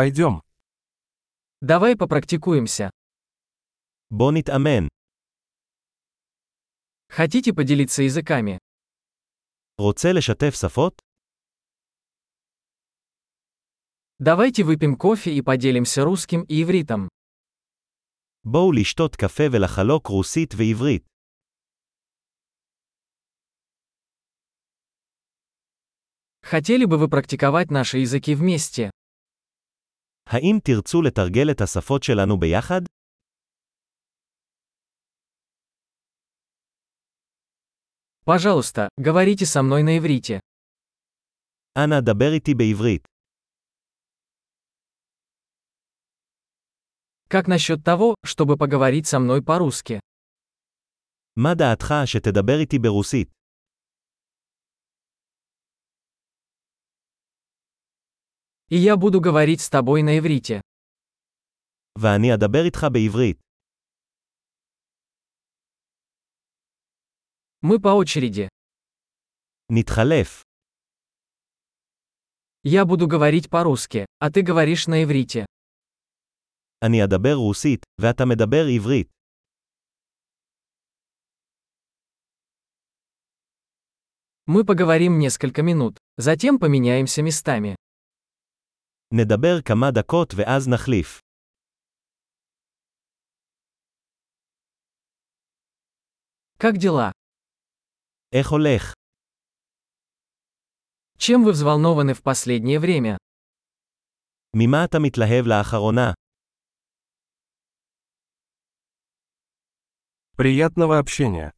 Пойдем. Давай попрактикуемся. בוא נתאמן. Хотите поделиться языками? רוצה לשתף שפות? Давайте выпьем кофе и поделимся русским и ивритом. בואו לשתות קפה ולחלוק רוסית ועברית. Хотели бы вы практиковать наши языки вместе? האם תרצו לתרגל את השפות שלנו ביחד? Пожалуйста, говорите со мной на иврите. אנא דבר איתי בעברית. Как насчет того, чтобы поговорить со мной по-русски? מה דעתך שתדבר איתי ברוסית? И я буду говорить с тобой на иврите. ואני אדבר איתך בעברית. Мы по очереди. נתחלף. Я буду говорить по-русски, а ты говоришь на иврите. אני אדבר רוסית, ואתה מדבר עברית. Мы поговорим несколько минут, затем поменяемся местами. נדבר כמה דקות ואז נחליף. Как дела? איך הולך? Чем вы взволнованы в последнее время? ממה אתה מתלהב לאחרונה? Приятного общения.